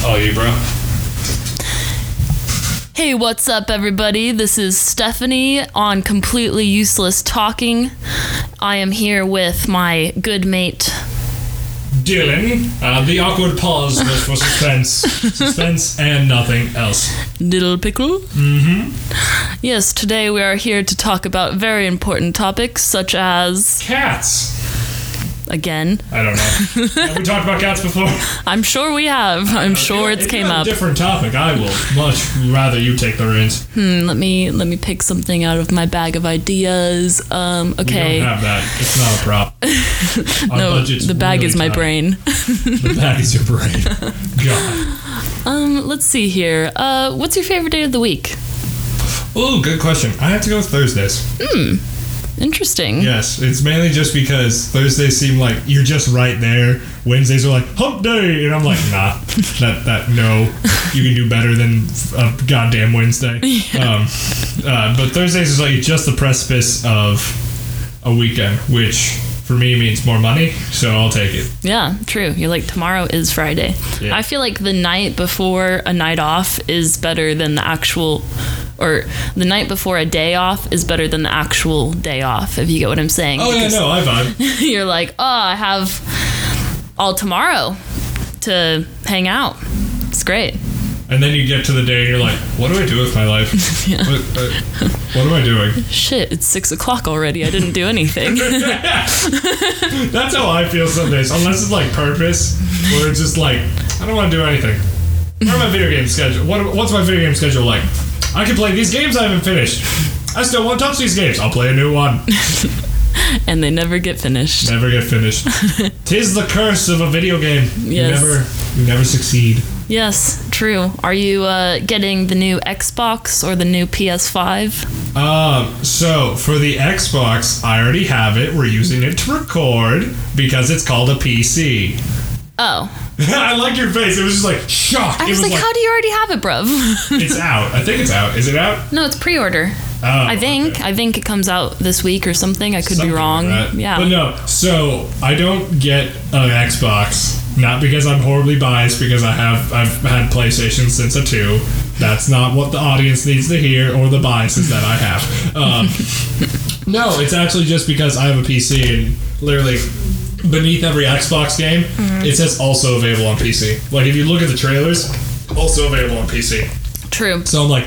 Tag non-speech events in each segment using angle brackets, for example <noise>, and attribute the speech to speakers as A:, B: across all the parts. A: Oh, you, bro.
B: Hey, what's up, everybody? This is Stephanie on Completely Useless Talking. I am here with my good mate.
A: Dylan, uh, the awkward pause was for
B: <laughs>
A: suspense. suspense and nothing else.
B: Little Pickle. Mm-hmm. Yes, today we are here to talk about very important topics such as,
A: Cats.
B: again,
A: I don't know. Have we talked about cats before?
B: I'm sure we have. I'm sure it's
A: If you
B: came
A: have a
B: up.
A: different topic. I will much rather you take the reins.
B: Hmm, let me let me pick something out of my bag of ideas. Um,
A: You don't
B: okay,
A: have that. It's not a
B: <laughs>
A: prop. Our
B: no,
A: budget's
B: the bag
A: really
B: is my
A: tight.
B: brain.
A: The bag is your brain.
B: <laughs>
A: God.
B: Um, let's see here. Uh, what's your favorite day of the week?
A: Ooh, good question. I have to go with Thursdays.
B: Interesting.
A: Yes, it's mainly just because Thursdays seem like you're just right there. Wednesdays are like hump day, and I'm like, nah, <laughs> that that no, you can do better than a goddamn Wednesday. Um, uh, but Thursdays is like just the precipice of a weekend, which for me means more money, so I'll take it.
B: Yeah, true. You're like, tomorrow is Friday.
A: Yeah.
B: I feel like the night before a night off is better than the actual, or the night before a day off is better than the actual day off, if you get what I'm saying.
A: Oh yeah,
B: Because
A: no, I vibe.
B: <laughs> You're like, oh, I have all tomorrow to hang out. It's great.
A: And then you get to the day, and you're like, what do I do with my <laughs> life? what, uh, what am I doing?
B: Shit, it's six o'clock already. I didn't do
A: <laughs>
B: anything. <laughs>
A: That's how I feel some days, unless it's like purpose, where it's just like I don't want to do anything. What are my video game schedule? What, what's my video game schedule like? I can play these games I haven't finished. I still won't touch these games. I'll play a new one.
B: and they never get finished.
A: Never get
B: <laughs>
A: finished. Tis the curse of a video game. You
B: Yes.
A: never, you never succeed.
B: Yes, true. Are you uh, getting the new Xbox or the new PS5?
A: Um, so for the Xbox, I already have it. We're using it to record because it's called a PC.
B: Oh.
A: <laughs> I like your face. It was just like shock.
B: I
A: It
B: was, like, how do you already have it, bruv? <laughs>
A: it's out. I think it's out. Is it out?
B: no, it's pre order.
A: Oh,
B: I think.
A: okay.
B: I think it comes out this week or something. I could
A: Something
B: be
A: like
B: wrong.
A: that.
B: yeah.
A: But no, so I don't get an Xbox. Not because I'm horribly biased, because I have I've had PlayStation since a two. That's not what the audience needs to hear, or the biases that I have.
B: <laughs>
A: Um, no, it's actually just because I have a PC and literally beneath every Xbox game,
B: Mm-hmm.
A: it says also available on PC. Like if you look at the trailers, also available on PC.
B: True.
A: So I'm like,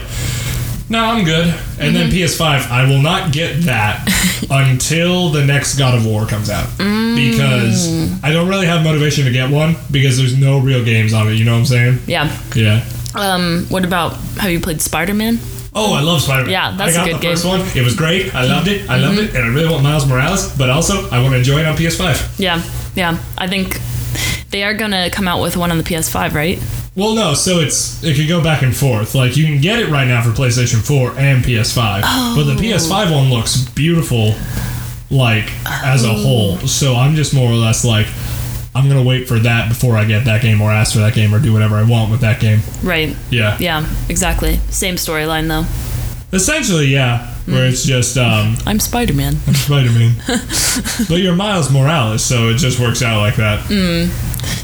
A: no, I'm good. And
B: Mm-hmm.
A: then PS5, I will not get
B: <laughs>
A: that until the next God of War comes out.
B: Mm.
A: Because I don't really have motivation to get one because there's no real games on it. You know what I'm saying?
B: Yeah.
A: Yeah.
B: Um, what about have you played Spider Man?
A: Oh, I love Spider Man.
B: Yeah, that's
A: I got
B: a good Mm-hmm.
A: the first one. It was great. I loved it. I loved it. And I really want Miles Morales, but also I want to enjoy it on PS5.
B: Yeah. Yeah. I think they are gonna come out with one on the PS5, right?
A: Well, no, so it's it could go back and forth. Like you can get it right now for PlayStation 4 and PS5, but the PS5 one looks beautiful, like as a whole. So I'm just more or less like, I'm gonna wait for that before I get that game or ask for that game or do whatever I want with that game.
B: Right.
A: Yeah,
B: Yeah. Exactly. Same storyline though.
A: essentially, yeah. Where it's just
B: <laughs>
A: um,
B: I'm
A: <laughs>
B: Spider Man.
A: Spider Man, but you're Miles Morales, so it just works out like that.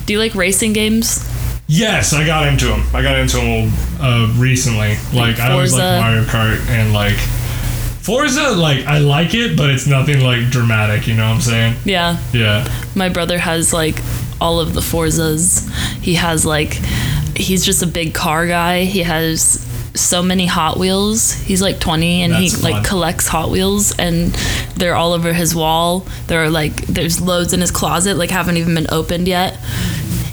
B: Do you like racing games?
A: Yes, I got into them. I got into them uh, recently. Like, I always
B: Forza.
A: like Mario Kart and like Forza. Like I like it, but it's nothing like dramatic. You know what I'm saying?
B: Yeah.
A: Yeah. <laughs>
B: My brother has like all of the Forzas. He has like he's just a big car guy. He has so many Hot Wheels. He's like 20 and he
A: That's fun.
B: like collects Hot Wheels and they're all over his wall. There are like there's loads in his closet like haven't even been opened yet.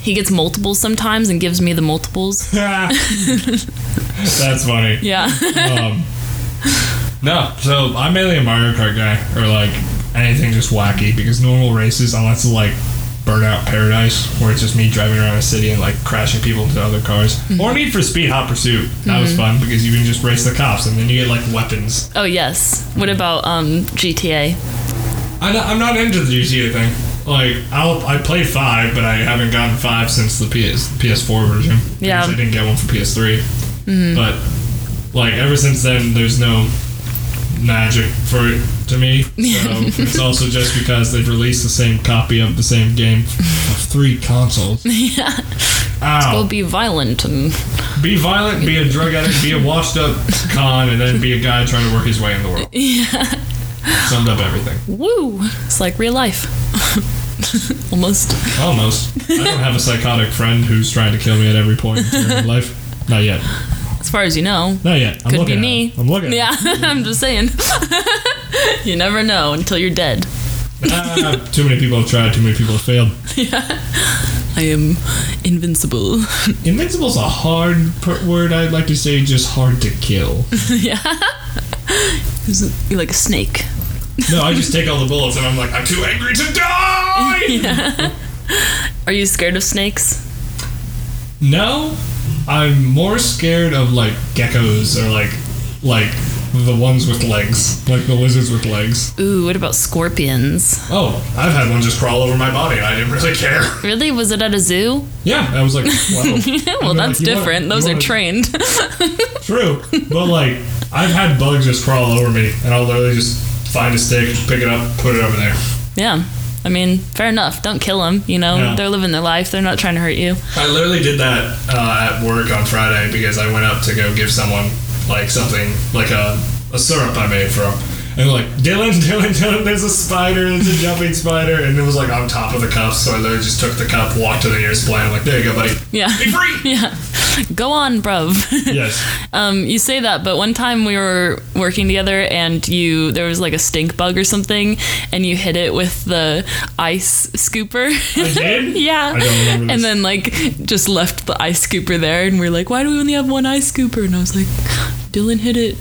B: He gets multiples sometimes and gives me the multiples. <laughs>
A: That's funny.
B: Yeah. <laughs>
A: Um, no, so I'm mainly a Mario Kart guy, or like anything just wacky because normal races, unless it's like Burnout Paradise, where it's just me driving around a city and like crashing people into other cars, or Need for Speed Hot Pursuit. That was fun because you can just race the cops and then you get like weapons.
B: oh yes. What about um GTA?
A: I'm not, I'm not into the GTA thing. Like I'll I played five, but I haven't gotten five since the PS PS4 version. because
B: Yeah. Mm-hmm.
A: I didn't get one for PS3. But like ever since then, there's no magic for it to me.
B: <laughs>
A: So it's also just because they've released the same copy of the same game of three consoles.
B: <laughs> yeah.
A: Ow.
B: Go be violent and
A: Be violent, be a drug addict, be a washed
B: <laughs>
A: up con, and then be a guy trying to work his way in the world. Yeah. Summed up everything.
B: woo. It's like real life. <laughs> Almost.
A: Almost. I don't have a psychotic friend who's trying to kill me at every point in my <laughs> life. Not yet.
B: As far as you know.
A: Not yet. I'm
B: Could
A: looking at
B: be me.
A: him. I'm looking. at him.
B: Yeah, <laughs> I'm just saying. you never know until you're dead.
A: Ah, too many people have tried. Too many people have failed.
B: I am invincible.
A: Invincible's a hard per- word. I'd like to say just hard to kill.
B: yeah. You're like a snake.
A: No, I just take all the bullets and I'm like, I'm too angry to
B: <laughs>
A: die.
B: Are you scared of snakes?
A: No, I'm more scared of like geckos or like like the ones with legs, like the lizards with legs.
B: Ooh, what about scorpions?
A: Oh, I've had one just crawl over my body and I didn't really care. <laughs>
B: Really? Was it at a zoo? <laughs>
A: Yeah, I was like, wow.
B: well,
A: I'm like,
B: that's
A: you wanna-
B: different.
A: you
B: Those are
A: wanna-
B: trained. <laughs>
A: True, but like I've had bugs just crawl over me and I'll literally just find a stick, pick it up, put it over there.
B: yeah. I mean, fair enough. Don't kill them. You know,
A: Yeah.
B: they're living their life. They're not trying to hurt you.
A: I literally did that uh, at work on Friday because I went up to go give someone like something like a, a syrup I made for them. And like Dylan, <laughs> Dylan, Dylan, there's a spider, there's a jumping spider, and it was like on top of the cup. So I literally just took the cup, walked to the nearest plant, I'm like, there you go, buddy,
B: Yeah. <laughs>
A: be free.
B: Yeah. Go on, bruv. <laughs>
A: yes,
B: Um, you say that, but one time we were working together and you there was like a stink bug or something and you hit it with the ice scooper.
A: I did.
B: <laughs> yeah.
A: I don't remember this.
B: And then like just left the ice scooper there and we are like, Why do we only have one ice scooper? And I was like, Dylan hit it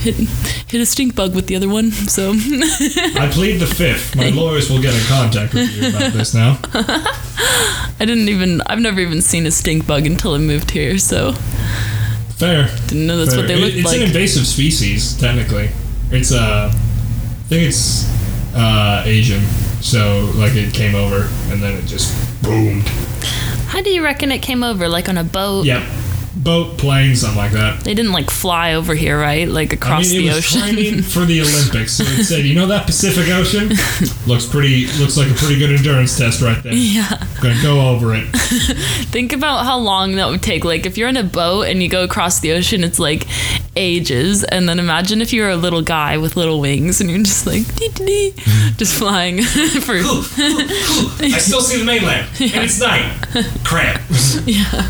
B: hit hit a stink bug with the other one, so <laughs>
A: I plead the fifth. My lawyers will get in contact with you about this now.
B: I didn't even I've never even seen a stink bug until I moved here, so
A: Fair.
B: didn't know that's
A: fair.
B: what they
A: It-
B: looked
A: it's
B: like.
A: an invasive species, technically. It's uh, I think it's uh, Asian. So like it came over and then it just boomed.
B: How do you reckon it came over? Like on a boat?
A: Yep. Boat, plane, something like that.
B: They didn't like fly over here, right? Like
A: I
B: across
A: mean, it
B: the
A: was
B: ocean. <laughs>
A: training for the Olympics, so it said, "You know that Pacific Ocean looks pretty, looks like a pretty good endurance test right there.
B: Yeah.
A: Gonna go over it.
B: Think about how long that would take. Like, if you're in a boat and you go across the ocean, it's like ages. And then imagine if you're a little guy with little wings and you're just like,
A: <laughs>
B: dee dee dee, just flying <laughs> for.
A: I still see the mainland, and it's night. Crap.
B: Yeah.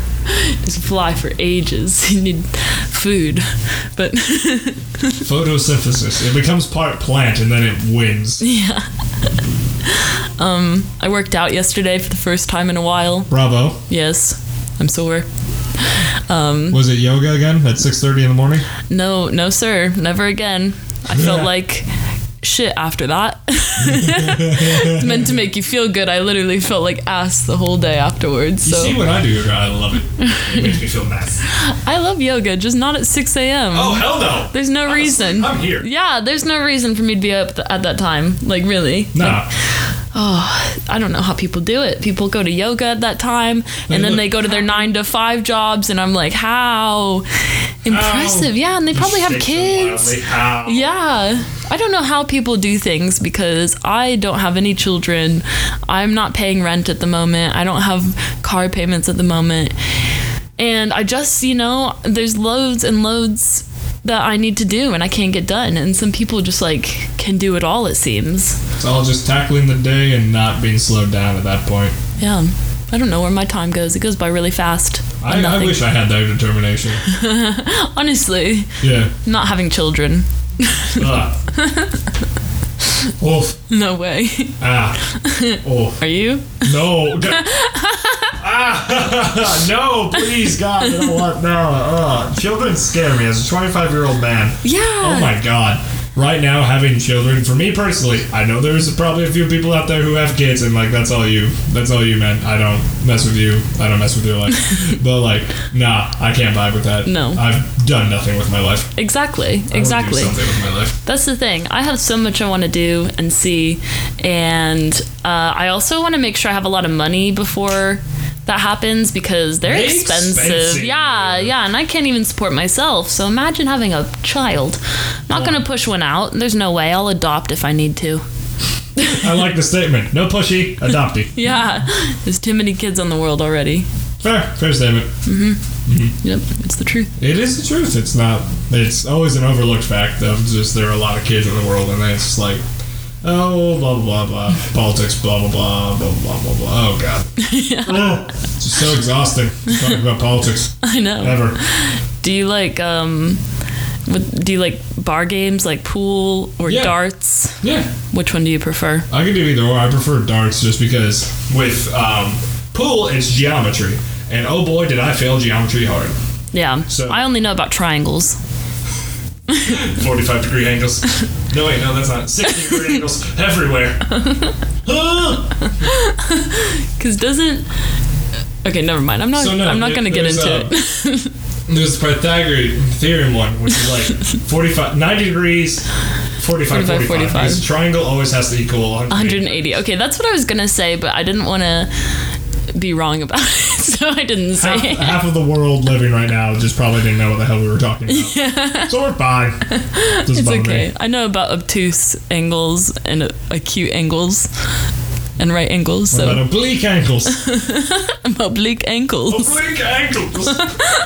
B: Just fly for ages. <laughs> You need food. But <laughs>
A: Photosynthesis. It becomes part plant, and then it
B: <laughs>
A: wins.
B: I worked out yesterday for the first time in a while.
A: Bravo.
B: Yes, I'm sore.
A: Was it yoga again at 6:30 in the morning?
B: No, no, sir. Never again. I felt
A: Yeah.
B: like shit after that. <laughs> it's meant to make you feel good. I literally felt like ass the whole day afterwards.
A: You see
B: So
A: what I do? I love it. It makes me feel
B: <laughs>
A: nice.
B: I love yoga, just not at 6 a.m.
A: Oh hell no!
B: There's no reason.
A: I'm here.
B: Yeah, there's no reason for me to be up th- at that time. Like, really.
A: Nah.
B: Oh, I don't know how people do it. People go to yoga at that time and then
A: look-
B: they go to their nine to five jobs, and I'm like, how impressive. Yeah, and they probably have
A: Shake so
B: kids.
A: wildly. Ow.
B: Yeah. I don't know how people do things because I don't have any children. I'm not paying rent at the moment. I don't have car payments at the moment. And I just, you know, there's loads and loads that I need to do and I can't get done. And some people just like can do it all, it seems.
A: It's all just tackling the day and not being slowed down at that point.
B: Yeah. I don't know where my time goes. It goes by really fast. <laughs>
A: I, I
B: Nothing.
A: wish I had that determination.
B: Honestly, <laughs>
A: Yeah.
B: not having children.
A: Ugh. Oof.
B: No way. <laughs>
A: Ah. Oh.
B: Are you?
A: No. D- ah. <laughs> no, please, God. I don't want, no. Uh, children scare me as a 25 year old man.
B: Yeah.
A: Oh my god. Right now, having children, for me personally, I know there's probably a few people out there who have kids, and like that's all you, that's all you, man. I don't mess with you. I don't mess with your life.
B: <laughs>
A: but like, nah, I can't vibe with that.
B: No.
A: I've done nothing with my life.
B: Exactly.
A: I wanna do
B: Exactly.
A: something with my life.
B: That's the thing. I have so much I want to do and see, and uh, I also want to make sure I have a lot of money before that happens because they're
A: They're
B: expensive.
A: expensive.
B: Yeah, yeah, and I can't even support myself. So imagine having a child. I'm not gonna push one out. There's no way. I'll adopt if I need to. <laughs>
A: I like the statement. No pushy, adoptee.
B: <laughs> Yeah, there's too many kids in the world already.
A: Fair, fair statement.
B: Yep, it's the truth. <laughs>
A: It is the truth. It's not. It's always an overlooked fact though. It's just there are a lot of kids in the world, and it's just like, oh, blah blah blah blah, politics, blah blah blah blah blah blah blah. Oh god, oh, it's just so exhausting talking about politics
B: I know.
A: ever.
B: Do you like um, with, do you like bar games like pool or
A: Yeah.
B: darts?
A: Yeah,
B: Which one do you prefer?
A: I can do either or. I prefer darts just because with um, pool it's geometry, and oh boy, did I fail geometry hard.
B: Yeah,
A: So-
B: I only know about triangles.
A: Forty-five degree angles. No wait, no, that's not sixty degree angles everywhere. Ah!
B: Cause doesn't okay, never mind. I'm not.
A: So, no,
B: I'm not
A: there-
B: gonna get
A: there's,
B: into
A: uh,
B: it. <laughs>
A: There's the Pythagorean theorem one, which is like
B: <laughs>
A: 45, 90 degrees, 45, 45.
B: 45, 45.
A: Because triangle always has to equal 180.
B: 180. Okay, that's what I was gonna say, but I didn't want to be wrong about <laughs> it, so I didn't say.
A: Half,
B: it.
A: half of the world living right now just probably didn't know what the hell we were talking
B: <laughs>
A: about. So we're fine. Doesn't
B: It's
A: bother me.
B: okay. I know about obtuse angles and uh, acute angles and right angles,
A: What
B: so
A: about oblique
B: <laughs>
A: ankles?
B: oblique ankles.
A: oblique ankles!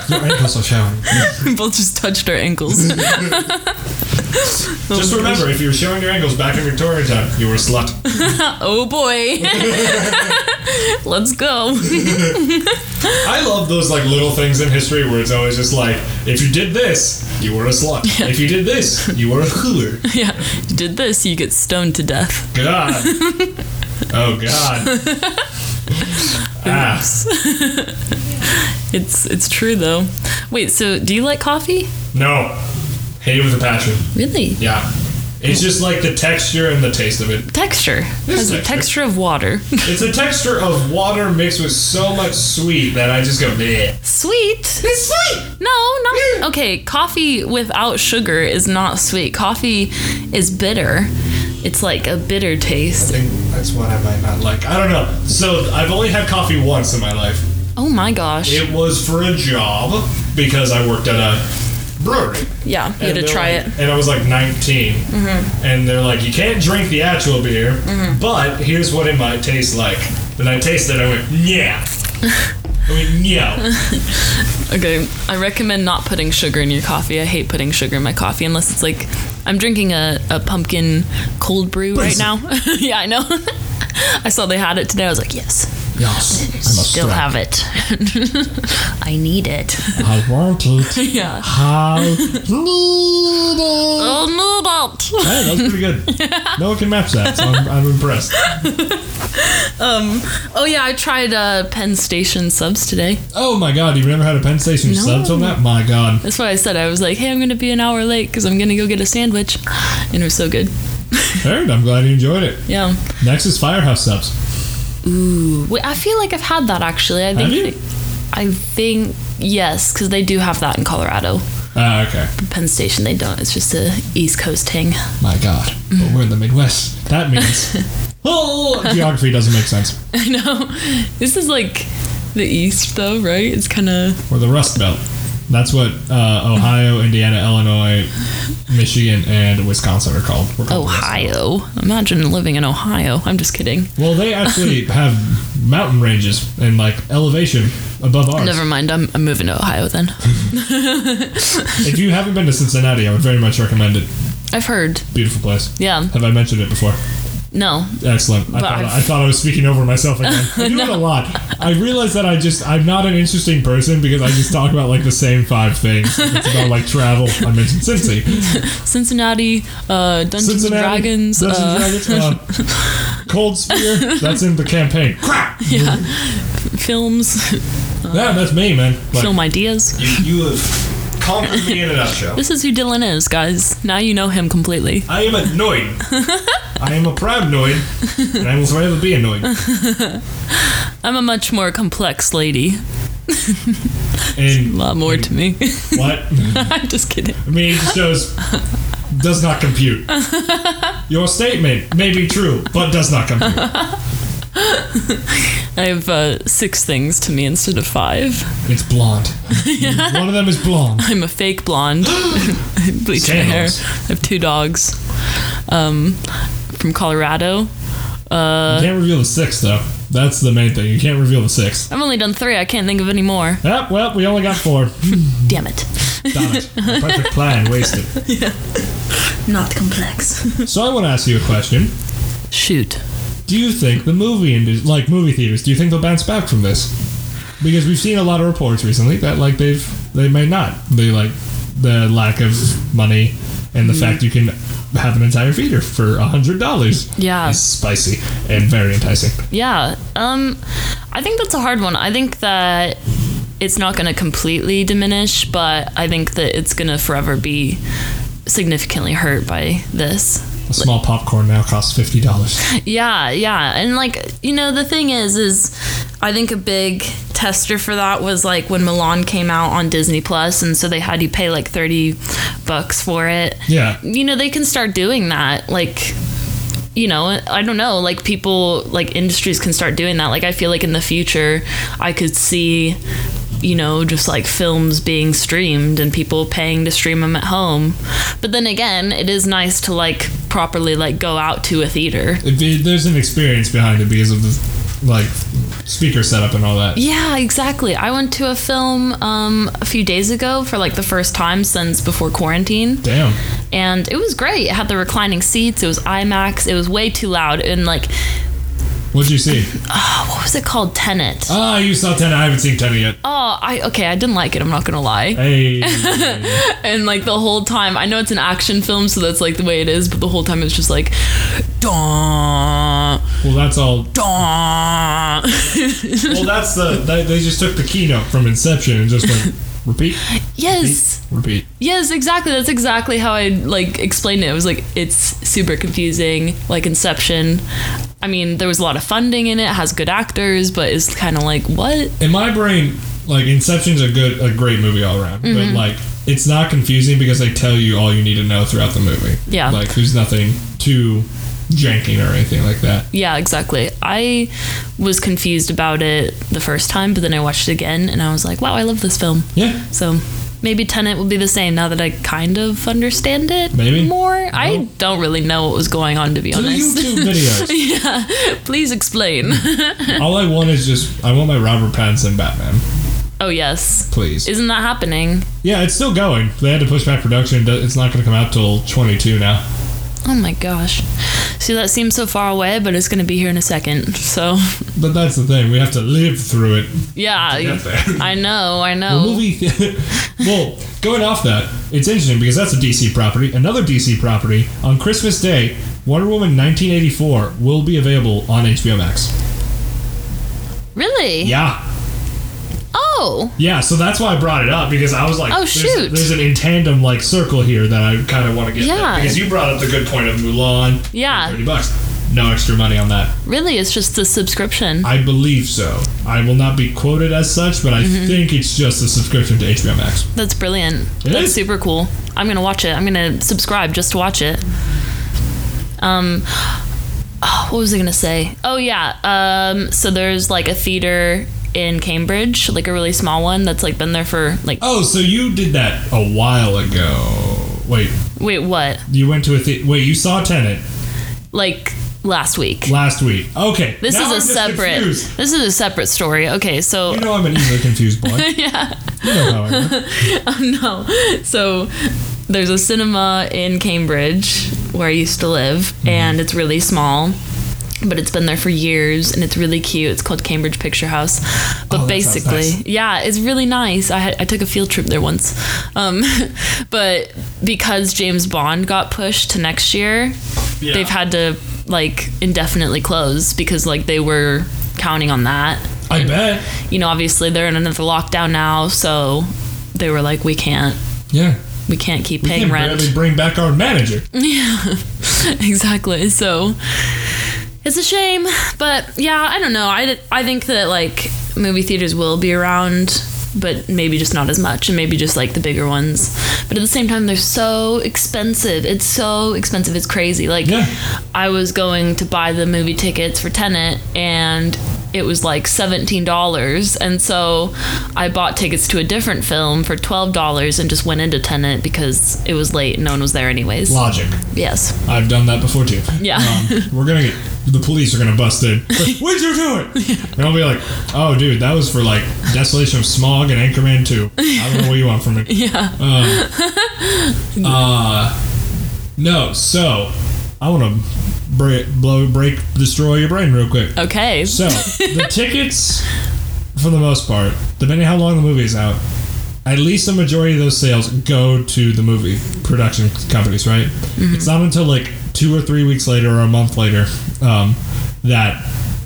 A: Your ankles are showing.
B: <laughs> we both just touched
A: <laughs>
B: our ankles.
A: Just remember, if you were showing your ankles back in Victorian time, you were a
B: <laughs>
A: slut.
B: oh
A: <laughs>
B: boy. <laughs> Let's go. <laughs>
A: I love those like little things in history where it's always just like, if you did this, you were a slut.
B: <laughs>
A: If you did this, you were a cooler.
B: yeah. You did this, you get stoned to death.
A: God. oh <laughs> God. ah,
B: It's it's true though. Wait, so do you like coffee?
A: no. Hate it with a passion.
B: Really?
A: Yeah. It's just like the texture and the taste of it.
B: Texture. Has the
A: texture.
B: texture of water. <laughs>
A: It's a texture of water mixed with so much sweet that I just go, bleh.
B: Sweet.
A: It's sweet.
B: No,
A: Yeah.
B: not okay. Coffee without sugar is not sweet. Coffee is bitter. It's like a bitter
A: I
B: taste.
A: think that's what I might not like. I don't know. So I've only had coffee once in my life.
B: Oh my gosh.
A: It was for a job because I worked at a brewery.
B: Yeah, you had to
A: they're
B: try
A: like-
B: it. Mm-hmm.
A: And I was like 19. And they're like, you can't drink the actual beer, but here's what it might taste like. And I tasted it, I went, yeah. I went, no.
B: Okay, I recommend not putting sugar in your coffee. I hate putting sugar in my coffee unless it's like I'm drinking a, a pumpkin cold brew right
A: Basic.
B: now. <laughs> yeah, I know. I saw they had it today. I was like, yes,
A: Yes, I'm
B: still have it. I need it. <laughs>
A: I want it.
B: yeah.
A: I
B: <laughs>
A: need it.
B: Oh, no, but-
A: Hey, that was pretty
B: <laughs>
A: good. No one can match that, so I'm, I'm impressed.
B: Oh, yeah, I tried uh, Penn Station subs today.
A: Oh my god, you've never had a Penn Station
B: No.
A: sub till that? My god.
B: That's why I said I was like, "Hey, I'm gonna be an hour late because I'm gonna go get a sandwich," and it was so good.
A: Third, I'm glad you enjoyed it.
B: Yeah.
A: Next is Firehouse subs.
B: Ooh. Wait, I feel like I've had that actually. I think.
A: you?
B: I think yes, because they do have that in Colorado.
A: Ah, okay.
B: Penn Station, they don't. It's just a East Coast thing.
A: My God.
B: Mm-hmm.
A: But we're in the Midwest. That means. oh, geography doesn't make sense.
B: <laughs> I know. This is like the East, though, right? It's kind of
A: We're the Rust Belt. That's what uh, Ohio, Indiana, Illinois, Michigan, and Wisconsin are called. We're called the Rust Belt.
B: Ohio. Imagine living in Ohio. I'm just kidding.
A: Well, they
B: <laughs>
A: actually have mountain ranges and like elevation above ours.
B: Never mind. I'm, I'm moving to Ohio then.
A: If you haven't been to Cincinnati, I would very much recommend it.
B: I've heard.
A: Beautiful place.
B: Yeah.
A: Have I mentioned it before?
B: No.
A: Excellent. I
B: But
A: thought,
B: I've-
A: I thought I was speaking over myself again. I do it a lot. I realize that I just I'm not an interesting person because I just talk about like the same five things. If it's about like travel. I mentioned Cincy,
B: Cincinnati. Uh, Dungeons
A: Cincinnati,
B: and Dragons.
A: Dungeons
B: uh,
A: and Dragons, uh, Cold Spear. That's in the campaign. Crap.
B: films,
A: Yeah, that's me, man. Like,
B: film ideas.
A: you, you have conquered me in a nutshell.
B: This is who Dylan is, guys. Now you know him completely.
A: I am annoyed. I am a proud annoyed, and I will forever be annoyed.
B: I'm a much more complex lady. A
A: And
B: lot more to me. <laughs>
A: what?
B: I'm just kidding.
A: I mean, it just shows does not compute. Your statement may be true, but does not compute.
B: I have uh, six things to me instead of five.
A: It's blonde. One of them is blonde.
B: I'm a
A: <gasps>
B: fake blonde. <laughs> I bleach my hair.
A: Scandalous.
B: I have two dogs. Um, from Colorado.
A: you can't reveal the six though. That's the main thing. You can't reveal the six.
B: I've only done three. I can't think of any more.
A: Ah, well, we only got four.
B: Damn it.
A: Damn it. Perfect plan wasted.
C: Not complex. <laughs>
A: So I want to ask you a question.
B: Shoot.
A: Do you think the movie industry, like movie theaters, do you think they'll bounce back from this? Because we've seen a lot of reports recently that like they've they may not. They like the lack of money and the fact you can have an entire feeder for a hundred dollars.
B: Yeah.
A: is spicy and very enticing.
B: Yeah. Um, I think that's a hard one. I think that it's not going to completely diminish, but I think that it's going to forever be significantly hurt by this.
A: A small popcorn now costs fifty dollars.
B: Yeah, yeah. And like, you know, the thing is is I think a big tester for that was like when Milan came out on Disney Plus and so they had you pay like 30 bucks for it.
A: Yeah,
B: You know, they can start doing that like you know, I don't know, like people like industries can start doing that. Like I feel like in the future I could see you know, just like films being streamed and people paying to stream them at home. But then again, it is nice to like properly like go out to a theater.
A: It- it- there's an experience behind it because of the like speaker setup and all that.
B: Yeah, exactly. I went to a film um, a few days ago for like the first time since before quarantine,
A: Damn.
B: and it was great. It had the reclining seats. It was IMAX. It was way too loud, and like,
A: What'd you see?
B: oh, what was it called? Tenet. Oh,
A: Ah, you saw ten. I haven't seen ten yet.
B: I okay. I didn't like it. I'm not gonna lie.
A: Hey,
B: And like the whole time, I know it's an action film, so that's like the way it is. But the whole time, it's just like, dawn,
A: well that's all.
B: dawn.
A: Well, that's the they, they just took the keynote from Inception and just went <laughs> repeat,
B: <laughs> yes.
A: repeat.
B: Yes, exactly. That's exactly how I like explained it. It was like it's super confusing, like Inception. I mean, there was a lot of funding in it, has good actors, but it's kind of like what?
A: In my brain, like Inception's a good, a great movie all around, but like it's not confusing because they tell you all you need to know throughout the movie.
B: Yeah.
A: like there's nothing too janking or anything like that.
B: Yeah, exactly. I was confused about it the first time, but then I watched it again and I was like, wow, I love this film.
A: Yeah,
B: So maybe Tenet will be the same now that I kind of understand it
A: Maybe.
B: more. I don't really know what was going on to be
A: to the
B: honest.
A: YouTube
B: <laughs>
A: videos.
B: yeah, please explain. <laughs>
A: All I want is just I want my Robert Pattinson Batman,
B: oh yes.
A: please.
B: Isn't that happening?
A: yeah, it's still going. They had to push back production. It's not going to come out till 22 now.
B: Oh my gosh. See, that seems so far away, but it's going to be here in a second. So, <laughs>
A: But that's the thing. We have to live through it.
B: yeah.
A: Get there.
B: I know, I know.
A: The movie. <laughs> well, going off that, it's interesting because that's a DC property. Another DC property on Christmas Day, Wonder Woman 1984 will be available on HBO Max.
B: Really?
A: Yeah.
B: Oh,
A: Yeah, so that's why I brought it up because I was like,
B: Oh,
A: there's,
B: shoot.
A: there's an in tandem like circle here that I kind of want to get. at,
B: Yeah.
A: because you brought up the good point of Mulan.
B: Yeah.
A: Thirty bucks, no extra money on that.
B: really? It's just the subscription.
A: I believe so. I will not be quoted as such, but I
B: Mm-hmm.
A: think it's just a subscription to HBO Max.
B: That's brilliant.
A: It
B: That's
A: is.
B: super cool. I'm going to watch it. I'm going to subscribe just to watch it. Um <gasps> oh, what was I going to say? Oh yeah. Um so there's like a theater in Cambridge, like a really small one that's like been there for like
A: Oh, so you did that a while ago. Wait,
B: wait, what?
A: you went to a the- wait. You saw Tenant
B: Like last week.
A: last week. Okay,
B: This
A: now I'm
B: is
A: just
B: a separate.
A: confused.
B: This is a separate story. Okay, so
A: You know I'm an easily confused boy.
B: <laughs> yeah,
A: You know how I am.
B: no, Oh, so there's a cinema in Cambridge where I used to live,
A: Mm-hmm.
B: and it's really small. But it's been there for years, and it's really cute. It's called Cambridge Picture House. But
A: Oh, that sounds
B: basically,
A: nice.
B: yeah, it's really nice. I had, I took a field trip there once, um, <laughs> but because James Bond got pushed to next year,
A: Yeah.
B: they've had to like indefinitely close because like they were counting on that.
A: I bet.
B: you know, obviously they're in another lockdown now, so they were like, we can't,
A: Yeah.
B: we can't keep
A: We
B: paying
A: can
B: rent.
A: barely bring back our
B: <laughs>
A: manager.
B: exactly. So it's a shame, but yeah, I don't know. I I think that like movie theaters will be around. But maybe just not as much, and maybe just like the bigger ones. But at the same time, they're so expensive. It's so expensive. It's crazy. Like,
A: Yeah.
B: I was going to buy the movie tickets for Tenet, and it was like $17. And so I bought tickets to a different film for $12 and just went into Tenant because it was late and no one was there, anyways.
A: Logic.
B: Yes.
A: I've done that before too.
B: Yeah.
A: Um, we're gonna get the police are gonna bust in. Like, What'd you do it? And I'll be like, oh, dude, that was for like Desolation of Smog and Anchorman
B: <laughs>
A: Two. I don't know what you want from me.
B: <laughs> Yeah.
A: No, so I want to break, blow, break, destroy your brain real quick.
B: Okay.
A: So the tickets, for the most part, depending how long the movie is out, at least the majority of those sales go to the movie production companies, right? It's not until like two or three weeks later or a month later um, that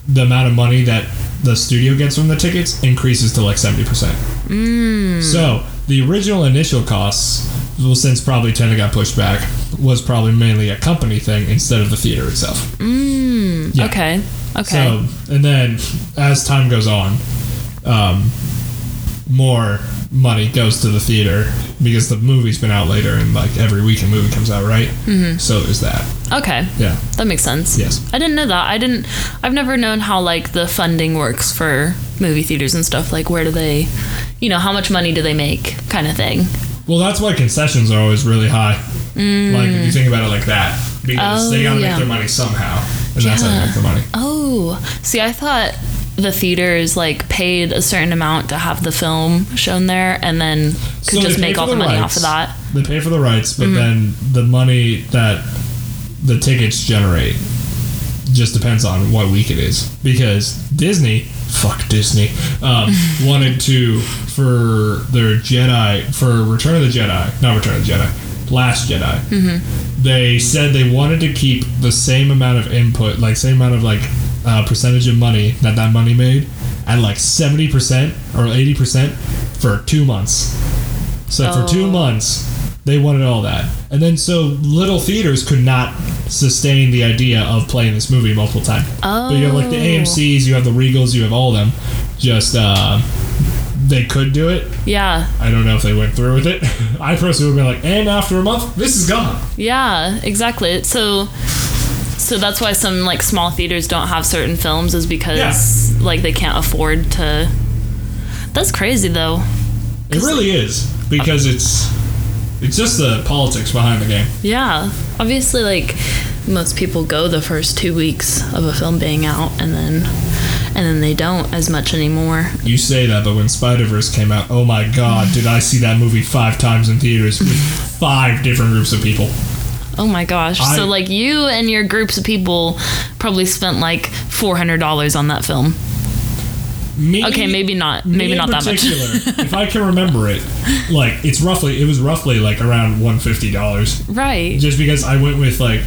A: the amount of money that the studio gets from the tickets increases to like seventy percent. So the original initial costs, well, since probably Tenet got pushed back, was probably mainly a company thing instead of the theater itself. Yeah.
B: Okay. Okay.
A: So, Um, and then as time goes on, um, more money goes to the theater because the movie's been out later and like every week a movie comes out, right? Mm-hmm. So there's that.
B: okay.
A: Yeah.
B: That makes sense.
A: Yes.
B: I didn't know that. I didn't. I've never known how like the funding works for movie theaters and stuff. Like, where do they, you know, how much money do they make, kind of thing.
A: Well, that's why concessions are always really high. Like, if you think about it like that, because
B: Mm. Oh,
A: they gotta
B: yeah.
A: make their money somehow. And that's how
B: Yeah.
A: they make the money.
B: Oh, see, I thought the theaters like paid a certain amount to have the film shown there, and then could
A: So
B: just
A: they pay
B: make all
A: for
B: the,
A: the
B: money off
A: rights.
B: of that.
A: They pay for the rights, but then the money that the tickets generate just depends on what week it is. Because Disney, fuck Disney, um, wanted to for their Jedi for Return of the Jedi, not Return of the Jedi, Last Jedi. They said they wanted to keep the same amount of input, like same amount of like uh, percentage of money that that money made at like seventy percent or eighty percent for two months. So for two
B: Oh.
A: months, they wanted all that. And then so little theaters could not sustain the idea of playing this movie multiple times. But you have like the
B: Oh.
A: AMCs, you have the Regals, you have all of them. Just, uh, they could do it.
B: Yeah,
A: I don't know if they went through with it. <laughs> I personally would have been like, and after a month, this is gone.
B: yeah, exactly. So, so that's why some like small theaters don't have certain films is because like they can't afford to. That's crazy though.
A: It really is because it's it's just the politics behind the game.
B: Yeah. Obviously, like most people go the first two weeks of a film being out, and then and then they don't as much anymore.
A: You say that, but when Spider Verse came out, oh my god, did I see that movie five times in theaters with five different groups of people?
B: Oh my gosh!
A: I-
B: so like you and your groups of people probably spent like four hundred dollars on that film.
A: Me,
B: Okay, maybe not.
A: me
B: Maybe
A: in
B: not that much.
A: particular, if I
B: <laughs>
A: can remember it, like it's roughly, it was roughly like around one fifty dollars,
B: Right.
A: just because I went with like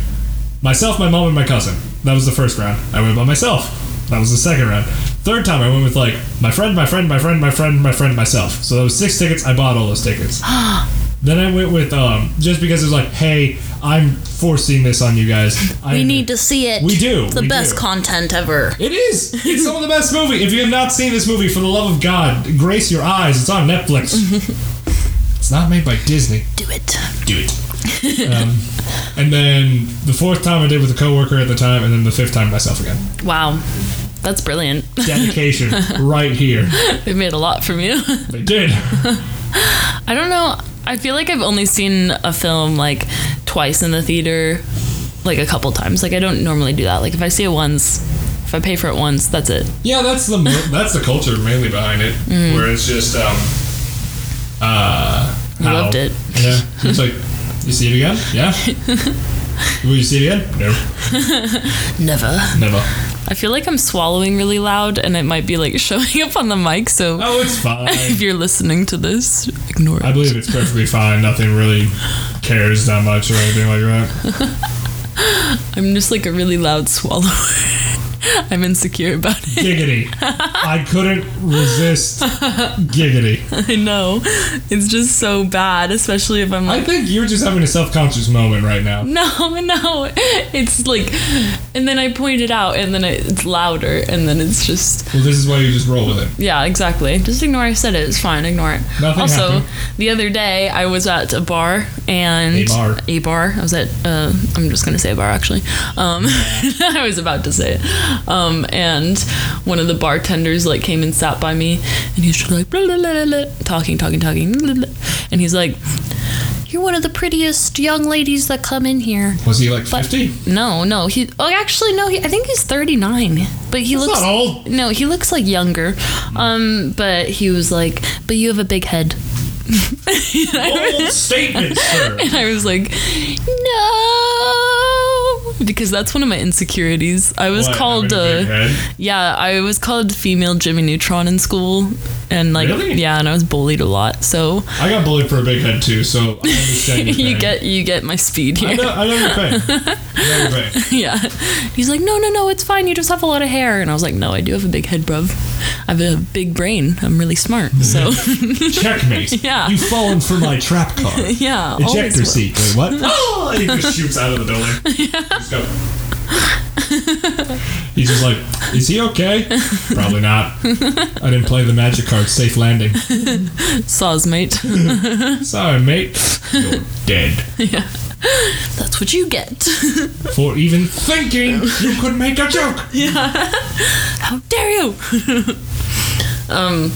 A: myself, my mom, and my cousin. That was the first round. I went by myself. That was the second round. Third time, I went with like my friend, my friend, my friend, my friend, my friend, myself. So that was six tickets. I bought all those
C: <gasps>
A: tickets. then I went with um, just because it was like, hey, I'm forcing this on you guys. I
C: We need to see it.
A: We do,
C: It's the
A: we
C: best
A: do.
C: content ever.
A: It is. It's some of the best movie. If you have not seen this movie, for the love of God, grace your eyes. It's
C: <laughs>
A: on Netflix. it's not made by Disney.
C: Do it.
A: Do it.
B: <laughs>
A: um, and then the fourth time I did with a coworker at the time, and then the fifth time myself again.
B: Wow. That's brilliant. <laughs>
A: Dedication, right here.
B: They made a lot from you. <laughs>
A: They did.
B: I don't know. I feel like I've only seen a film like twice in the theater, like a couple times. Like I don't normally do that. Like if I see it once, if I pay for it once, that's it.
A: Yeah, that's the mo- that's the culture mainly behind it,
B: Mm.
A: where it's just um, uh, how-
B: Loved it.
A: Yeah, it's like you see it again.
B: <laughs>
A: Yeah. Will you see it again? No,
C: Never.
A: never.
B: I feel like I'm swallowing really loud and it might be like <laughs> showing up on the mic. So
A: Oh, it's fine.
B: <laughs> if you're listening to this, ignore
A: <laughs>
B: it.
A: I believe it's perfectly fine. Nothing really cares that much or anything like that.
B: I'm just like a really loud <laughs> swallower. I'm insecure about it.
A: Giggity.
B: <laughs>
A: I couldn't resist giggity.
B: <laughs> I know. It's just so bad, especially if I'm
A: I
B: like, <laughs>
A: think you're just having a self conscious moment right now.
B: no, no. It's like, and then I point it out, and then it, it's louder, and then it's just,
A: Well, this is why you just roll with it.
B: yeah, exactly. Just ignore I said it. It's fine. Ignore it.
A: Nothing
B: also,
A: happened.
B: the other day I was at a bar and
A: A bar.
B: <laughs> A bar. I was at. Uh, I'm just gonna say a bar actually. Um, I was about to say it. Um, and one of the bartenders like came and sat by me, and he's just like blah, blah, blah, blah, blah, talking, talking, talking, blah, blah, blah. and he's like, "You're one of the prettiest young ladies that come in here."
A: Was he like
B: But-
A: 50?
B: No, no, he. Oh, actually, no. He, I think he's thirty nine, but he
A: That's
B: looks
A: not
B: <laughs>
A: old.
B: No, he looks like younger. Um, but he was like, "But you have a big head." <laughs> And I
A: Old statement, sir.
B: and I was like, no, because that's one of my insecurities. I was
A: What,
B: called,
A: having a big
B: uh,
A: head?
B: yeah, I was called female Jimmy Neutron in school, and like,
A: Really?
B: yeah, and I was bullied a lot. So
A: I got bullied for a big head too, so I
B: <laughs>
A: understand. your
B: you
A: pain.
B: get you get my speed
A: I
B: here.
A: know, I know your pain. I know your pain.
B: <laughs> yeah, he's like, no, no, no, it's fine. You just have a lot of hair, and I was like, no, I do have a big head, bruv. I have a big brain. I'm really smart. So <laughs>
A: Checkmate.
B: Yeah.
A: You've fallen for my trap card.
B: yeah, always
A: Ejector
B: work.
A: seat. Wait, what? <laughs> Oh, he just shoots out of the building. Let's go. He's just like, is he okay? Probably not. I didn't play the magic card. Safe landing.
B: saws, <laughs> mate.
A: Sorry, mate. You're dead.
C: That's what you get.
A: For even thinking you could make a joke.
B: How dare you? <laughs> um,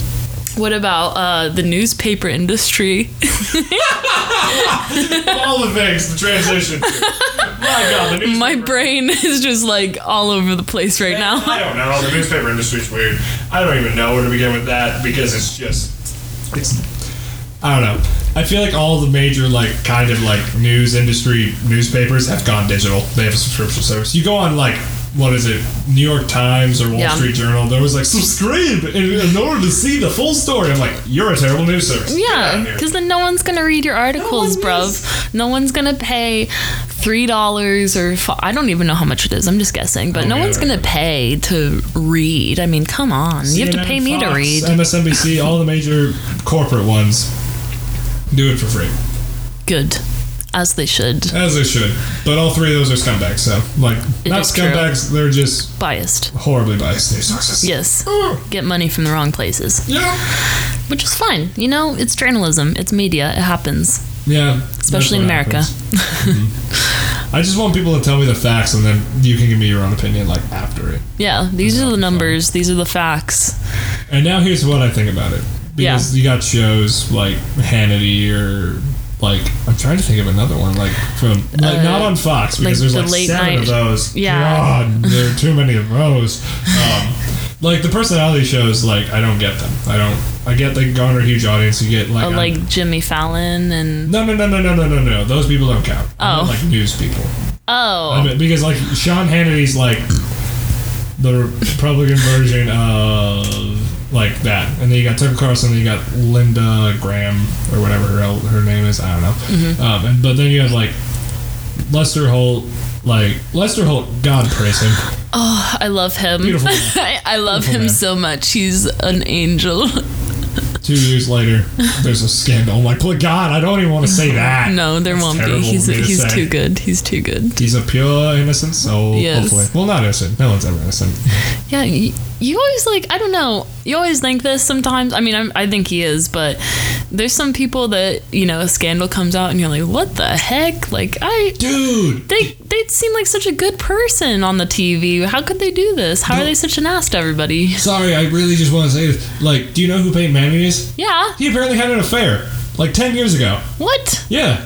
B: what about uh, the newspaper industry? <laughs>
A: Of All the things, the transition. My God, the newspaper.
B: My brain <laughs> is just like all over the place right now.
A: I don't know. The newspaper industry's weird. I don't even know where to begin with that because it's just it's I don't know. I feel like all the major like kind of like news industry newspapers have gone digital. They have a subscription service. You go on like what is it, New York Times or Wall
B: Yeah.
A: Street Journal? There was like subscribe in, in order to see the full story. I'm like, you're a terrible news service. Get out
B: <laughs> Yeah,
A: of here.
B: because then no one's gonna read your articles,
A: one
B: bruv. No one's gonna pay three dollars or fi- I don't even know how much it is. I'm just guessing, but no
A: Oh, yeah,
B: one's
A: right,
B: gonna pay to read. I mean, come on, you have to
A: CNN,
B: pay me to
A: Fox,
B: read.
A: MSNBC, all the major corporate ones do it for free.
B: Good, as they should.
A: As they should. But all three of those are scumbags, so like
B: It
A: not
B: is true.
A: scumbags, they're just
B: Biased.
A: horribly biased news sources.
B: Yes,
A: Mm,
B: get money from the wrong places.
A: Yeah.
B: which is fine. You know, it's journalism, it's media, it happens.
A: Yeah.
B: Especially in
A: that's what
B: <laughs> America.
A: happens. Mhm. I just want people to tell me the facts and then you can give me your own opinion like after it.
B: Yeah, these are the numbers, these are the facts.
A: And now here's what I think about it. Because you got shows like Hannity or like I'm trying to think of another one like from like
B: Uh,
A: not on Fox because
B: like
A: there's
B: the
A: like
B: late
A: seven of
B: night-
A: those.
B: Yeah. <laughs>
A: God, there are too many of those. Um, like the personality shows, like I don't get them. I don't. I get they garner a huge audience. You get like
B: Uh,
A: I'm-
B: like Jimmy Fallon and
A: no no no no no no no no. Those people don't count. I mean,
B: Oh.
A: like news people. I
B: oh,
A: mean, because like Sean Hannity's like the Republican version of like that, and then you got Tucker Carlson, then you got Linda Graham or whatever her el- her name is. I don't know.
B: Mm-hmm.
A: Um, and but then you have like Lester Holt. Like Lester Holt, God praise him.
B: I love him.
A: Beautiful man.
B: <laughs> I, I love
A: Beautiful
B: him
A: man.
B: so much. He's an angel. <laughs>
A: Two years later, there's a scandal. I'm like, "Well, God, I don't even want to say that.
B: <laughs> no, there
A: That's
B: won't be.
A: terrible
B: He's
A: of me to
B: he's
A: say.
B: too good. He's too good.
A: He's a pure innocent soul.
B: Yes.
A: Hopefully, well, not innocent. No one's ever innocent.
B: Yeah, you, you always like I don't know. You always think this sometimes. I mean, I'm, I think he is, but there's some people that you know a scandal comes out and you're like, what the heck? Like I
A: Dude,
B: they they seem like such a good person on the TV. How could they do this? How are they such an ass to everybody?
A: Sorry, I really just want to say this. Like, do you know who Peyton Manning is?
B: Yeah.
A: He apparently had an affair, like ten years ago.
B: What?
A: Yeah,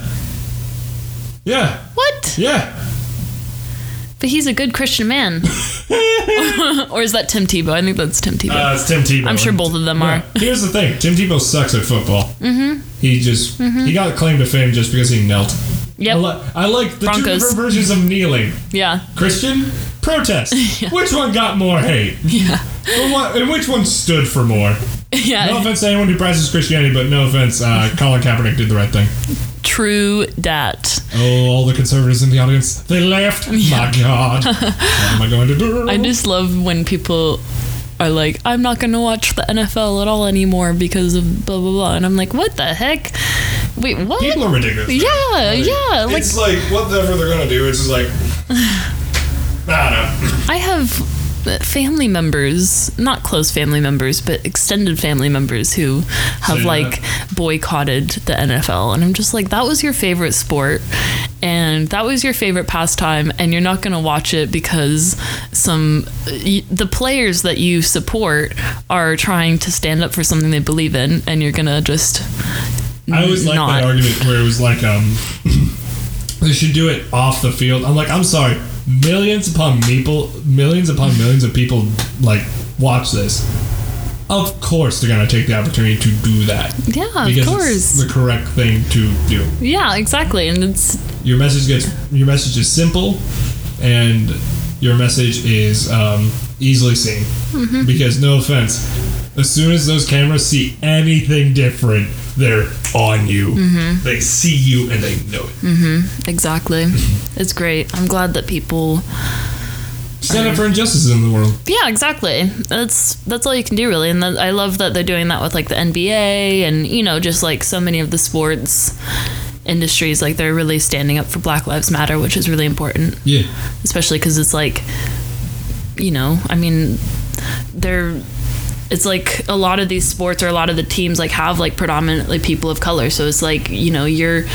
A: yeah,
B: What?
A: yeah.
B: But he's a good Christian man. <laughs> or is that Tim Tebow? I think that's Tim Tebow.
A: Uh, it's Tim Tebow.
B: I'm sure both of them are.
A: Yeah. Here's the thing: Tim Tebow sucks at football. Mm-hmm. He just he got claim to fame just because he knelt.
B: Mm-hmm. Yep.
A: I, li- I like the two
B: Broncos.
A: different versions of kneeling.
B: Yeah. <laughs>
A: Christian protest. Which one got more hate?
B: Yeah.
A: Or what- and which one stood for more?
B: Yeah.
A: No offense to anyone who prizes Christianity, but no offense,
B: <laughs>
A: uh, Colin Kaepernick did the right thing.
B: True dat.
A: Oh, all the conservatives in the audience, they left. My
B: <laughs>
A: God. what am I going to do?
B: I just love when people are like, I'm not going to watch the NFL at all anymore because of blah, blah, blah. And I'm like, what the heck? Wait, what?
A: People are ridiculous.
B: yeah, yeah. Like,
A: it's like, whatever they're going to do, it's just
B: <sighs>
A: like, I don't know.
B: I have uh, family members, not close family members, but extended family members who have
A: Say
B: like boycotted the NFL. And I'm just like, that was your favorite sport. and that was your favorite pastime, and you're not going to watch it because some y- the players that you support are trying to stand up for something they believe in, and you're going to just
A: I always like
B: not.
A: that argument where it was like, um, <laughs> they should do it off the field. I'm like, I'm sorry, millions upon people, millions upon millions of people like watch this. Of course, they're gonna take the opportunity to do that.
B: yeah, of
A: because
B: course,
A: it's the correct thing to do.
B: yeah, exactly, and it's
A: Your message gets your message is simple, and your message is um, easily seen. Because no offense, as soon as those cameras see anything different, they're on you. They see you and they know it.
B: exactly, it's great. I'm glad that people
A: Stand up for injustices in the world.
B: Yeah, exactly. That's that's all you can do really, and that, I love that they're doing that with like the NBA and you know just like so many of the sports industries. Like they're really standing up for Black Lives Matter, which is really important,
A: Yeah,
B: especially because it's like, you know, I mean, they're. It's like a lot of these sports or a lot of the teams like have like predominantly people of color, so it's like you know you're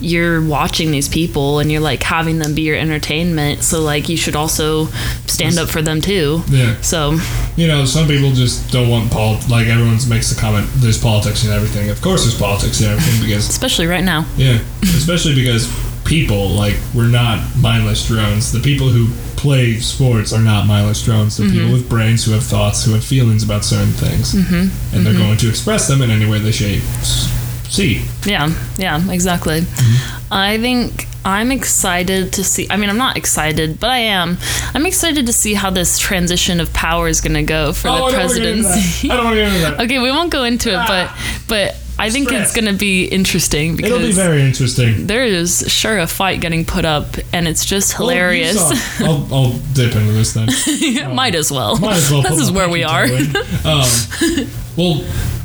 B: you're watching these people and you're like having them be your entertainment, so like you should also stand up for them too.
A: yeah.
B: So
A: You know, some people just don't want pol. Like everyone makes the comment, "There's politics and everything." Of course, there's politics and everything because
B: especially right now,
A: Yeah, especially because people like we're not mindless drones. The people who play sports are not mindless drones. They're people with brains who have thoughts, who have feelings about certain things, mm-hmm. and they're going to express them in any way they shape. See,
B: yeah, yeah, exactly.
A: Mm-hmm.
B: I think I'm excited to see. I mean, I'm not excited, but I am. I'm excited to see how this transition of power is going to go for
A: Oh, I don't
B: the
A: wanna get into that.
B: presidency. <laughs>
A: I don't want to get into that.
B: okay, we won't go into it, but but I think
A: Stress.
B: it's going to be interesting because
A: It'll be very interesting.
B: there is sure a fight getting put up, and it's just
A: Well, Oh, you
B: hilarious.
A: saw- I'll, I'll dip into this then.
B: <laughs> Might as well.
A: Might as well
B: <laughs> this
A: put
B: is
A: my
B: where we
A: pinky
B: are.
A: toe in. Um,
B: <laughs>
A: well,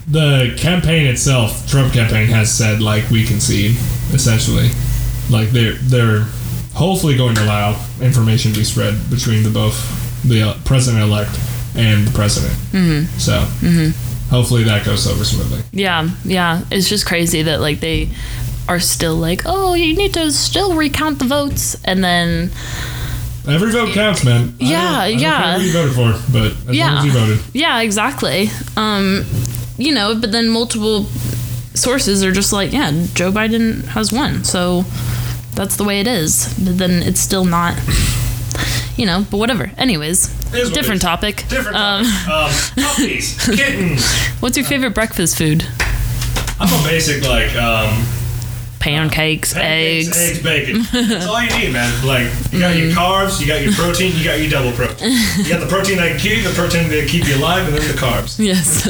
A: the campaign itself, Trump campaign, has said like we concede, essentially. Like they're they're hopefully going to allow information to be spread between the both the uh, president elect and the president. Mm-hmm. So
B: Mm-hmm.
A: hopefully that goes over smoothly.
B: Yeah, yeah. It's just crazy that like they are still like, oh, you need to still recount the votes, and then
A: Every vote counts, man. I don't-
B: Yeah,
A: I don't care
B: yeah.
A: who you voted for, but as long
B: Yeah.
A: as you voted,
B: yeah, exactly. Um, you know, but then multiple sources are just like, yeah, Joe Biden has won, so that's the way it is. But then it's still not, you know. But whatever. Anyways,
A: is what it
B: different
A: is.
B: topic.
A: Um, puppies, kittens.
B: What's your favorite breakfast food?
A: I'm a basic like. Um,
B: Pancakes, eggs. Mm.
A: bacon. That's all you need, man. Like you got your carbs, you got your protein, you got your double
B: <laughs>
A: protein. You got the protein that can keep you, the protein that keep you alive, and then the carbs.
B: Yes.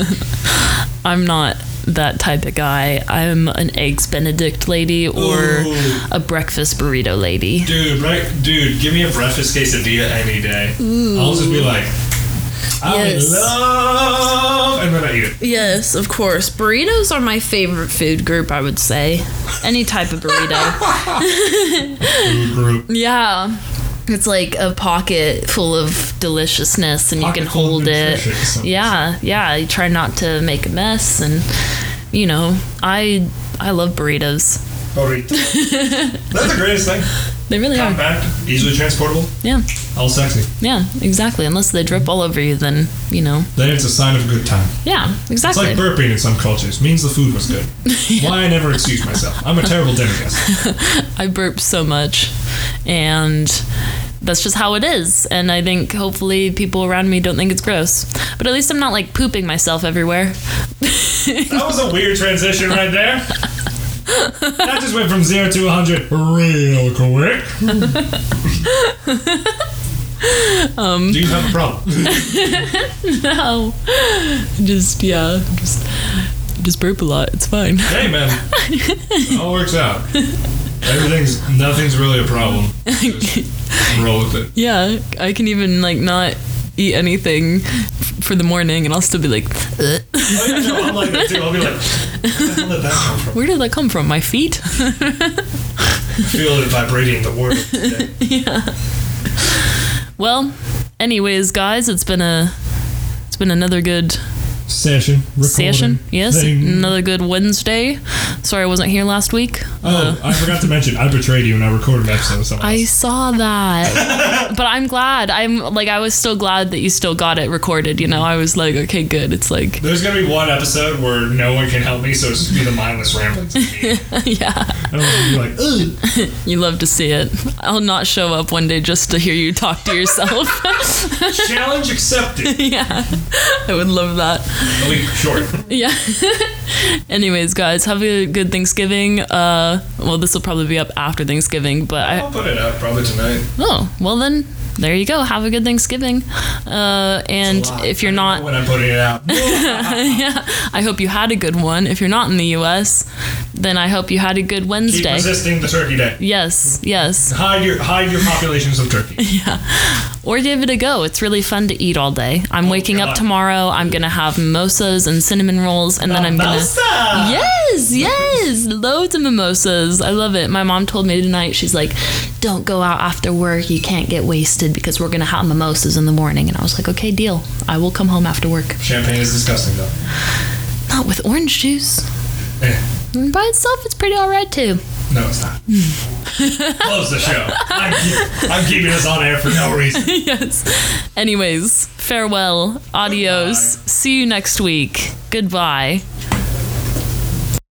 B: <laughs> I'm not that type of guy. I'm an eggs Benedict lady or
A: Ooh.
B: a breakfast burrito lady.
A: Dude, right? Dude, give me a breakfast quesadilla any day. I'll just be like, I
C: Yes.
A: love, and then I eat it.
C: Yes, of course. Burritos are my favorite food group, I would say.
B: Any type of burrito.
A: Food group.
B: <laughs> yeah. It's like a pocket full of deliciousness and you can
A: Pocket full of
B: hold it.
A: nutrition, so-
B: Yeah, yeah. You try not to make a mess and you know, I I love burritos. <laughs>
A: Burrito. That's the greatest thing.
B: They really are.
A: Compact, easily transportable,
B: Yeah.
A: all sexy.
B: Yeah, exactly. Unless they drip all over you then, you know.
A: Then it's a sign of a good time.
B: Yeah,
A: It's
B: exactly.
A: like burping in some cultures. Means the food was <laughs> good. Why I never excuse myself. I'm a terrible dinner guest.
B: I burp so much, and that's just how it is. And I think hopefully people around me don't think it's gross. But at least I'm not like pooping myself everywhere. <laughs>
A: That was a weird transition right there. That just went from zero to 100 real quick. Do you have a problem?
B: No, just yeah, just just burp a lot. It's fine. <laughs>
A: Hey, man. It all works out. Everything's, nothing's really a <laughs> problem. Just roll with it.
B: Yeah, I can even like not eat anything f- for the morning, and I'll still be like, "Ugh."
A: Oh, yeah, no, I'm like that too. I'll be like, where the hell did that come from?
B: where did that come from? My feet? <laughs>
A: I feel it vibrating the <laughs> world. today.
B: well, anyways, guys, it's been a it's been another good
A: Session. Recording.
B: Session, yes.
A: Thing.
B: Another good Wednesday. Sorry I wasn't here last week.
A: Oh, I forgot to mention, I betrayed you when I recorded an episode with someone
B: Uh. I
A: else. <laughs>
B: saw that. but I'm glad. I'm like I was still glad that you still got it recorded, you know. I was like, okay, good. It's like <laughs>
A: There's gonna be one episode where no one can help me, so it's just be the mindless ramblings. of
B: <laughs>
A: me.
B: yeah.
A: I don't want to be like, ugh.
B: You love to see it. I'll not show up one day just to hear you talk to yourself.
A: <laughs>
B: <laughs>
A: Challenge accepted.
B: yeah. I would love that.
A: A week short.
B: Yeah. <laughs> Anyways, guys, have a good Thanksgiving. Uh well, this will probably be up after Thanksgiving, but I
A: I'll put it up probably tonight.
B: Oh, well then, there you go. Have a good Thanksgiving. Uh, and if you're not,
A: when I'm putting it out,
B: yeah, <laughs> I hope you had a good one. If you're not in the US, then I hope you had a good
A: keep
B: Wednesday.
A: resisting the turkey day.
B: Yes, yes.
A: Hide your hide your populations of turkey.
B: Or give it a go. It's really fun to eat all day. I'm waking
A: Oh, God.
B: up tomorrow. I'm going to have mimosas and cinnamon rolls, and <laughs> then I'm going to.
A: Mimosa!
B: Yes, yes, loads of mimosas. I love it. My mom told me tonight, she's like, don't go out after work. You can't get wasted because we're going to have mimosas in the morning. And I was like, okay, deal. I will come home after work.
A: Champagne is disgusting though.
B: Not with orange juice.
A: Eh,
B: And Mm, by itself, it's pretty all right, too.
A: no, it's not.
B: Hmm.
A: Close the show. I'm, keep- I'm keeping this on air for no reason.
B: <laughs> yes. Anyways, farewell. Adios.
A: Goodbye.
B: See you next week. Goodbye.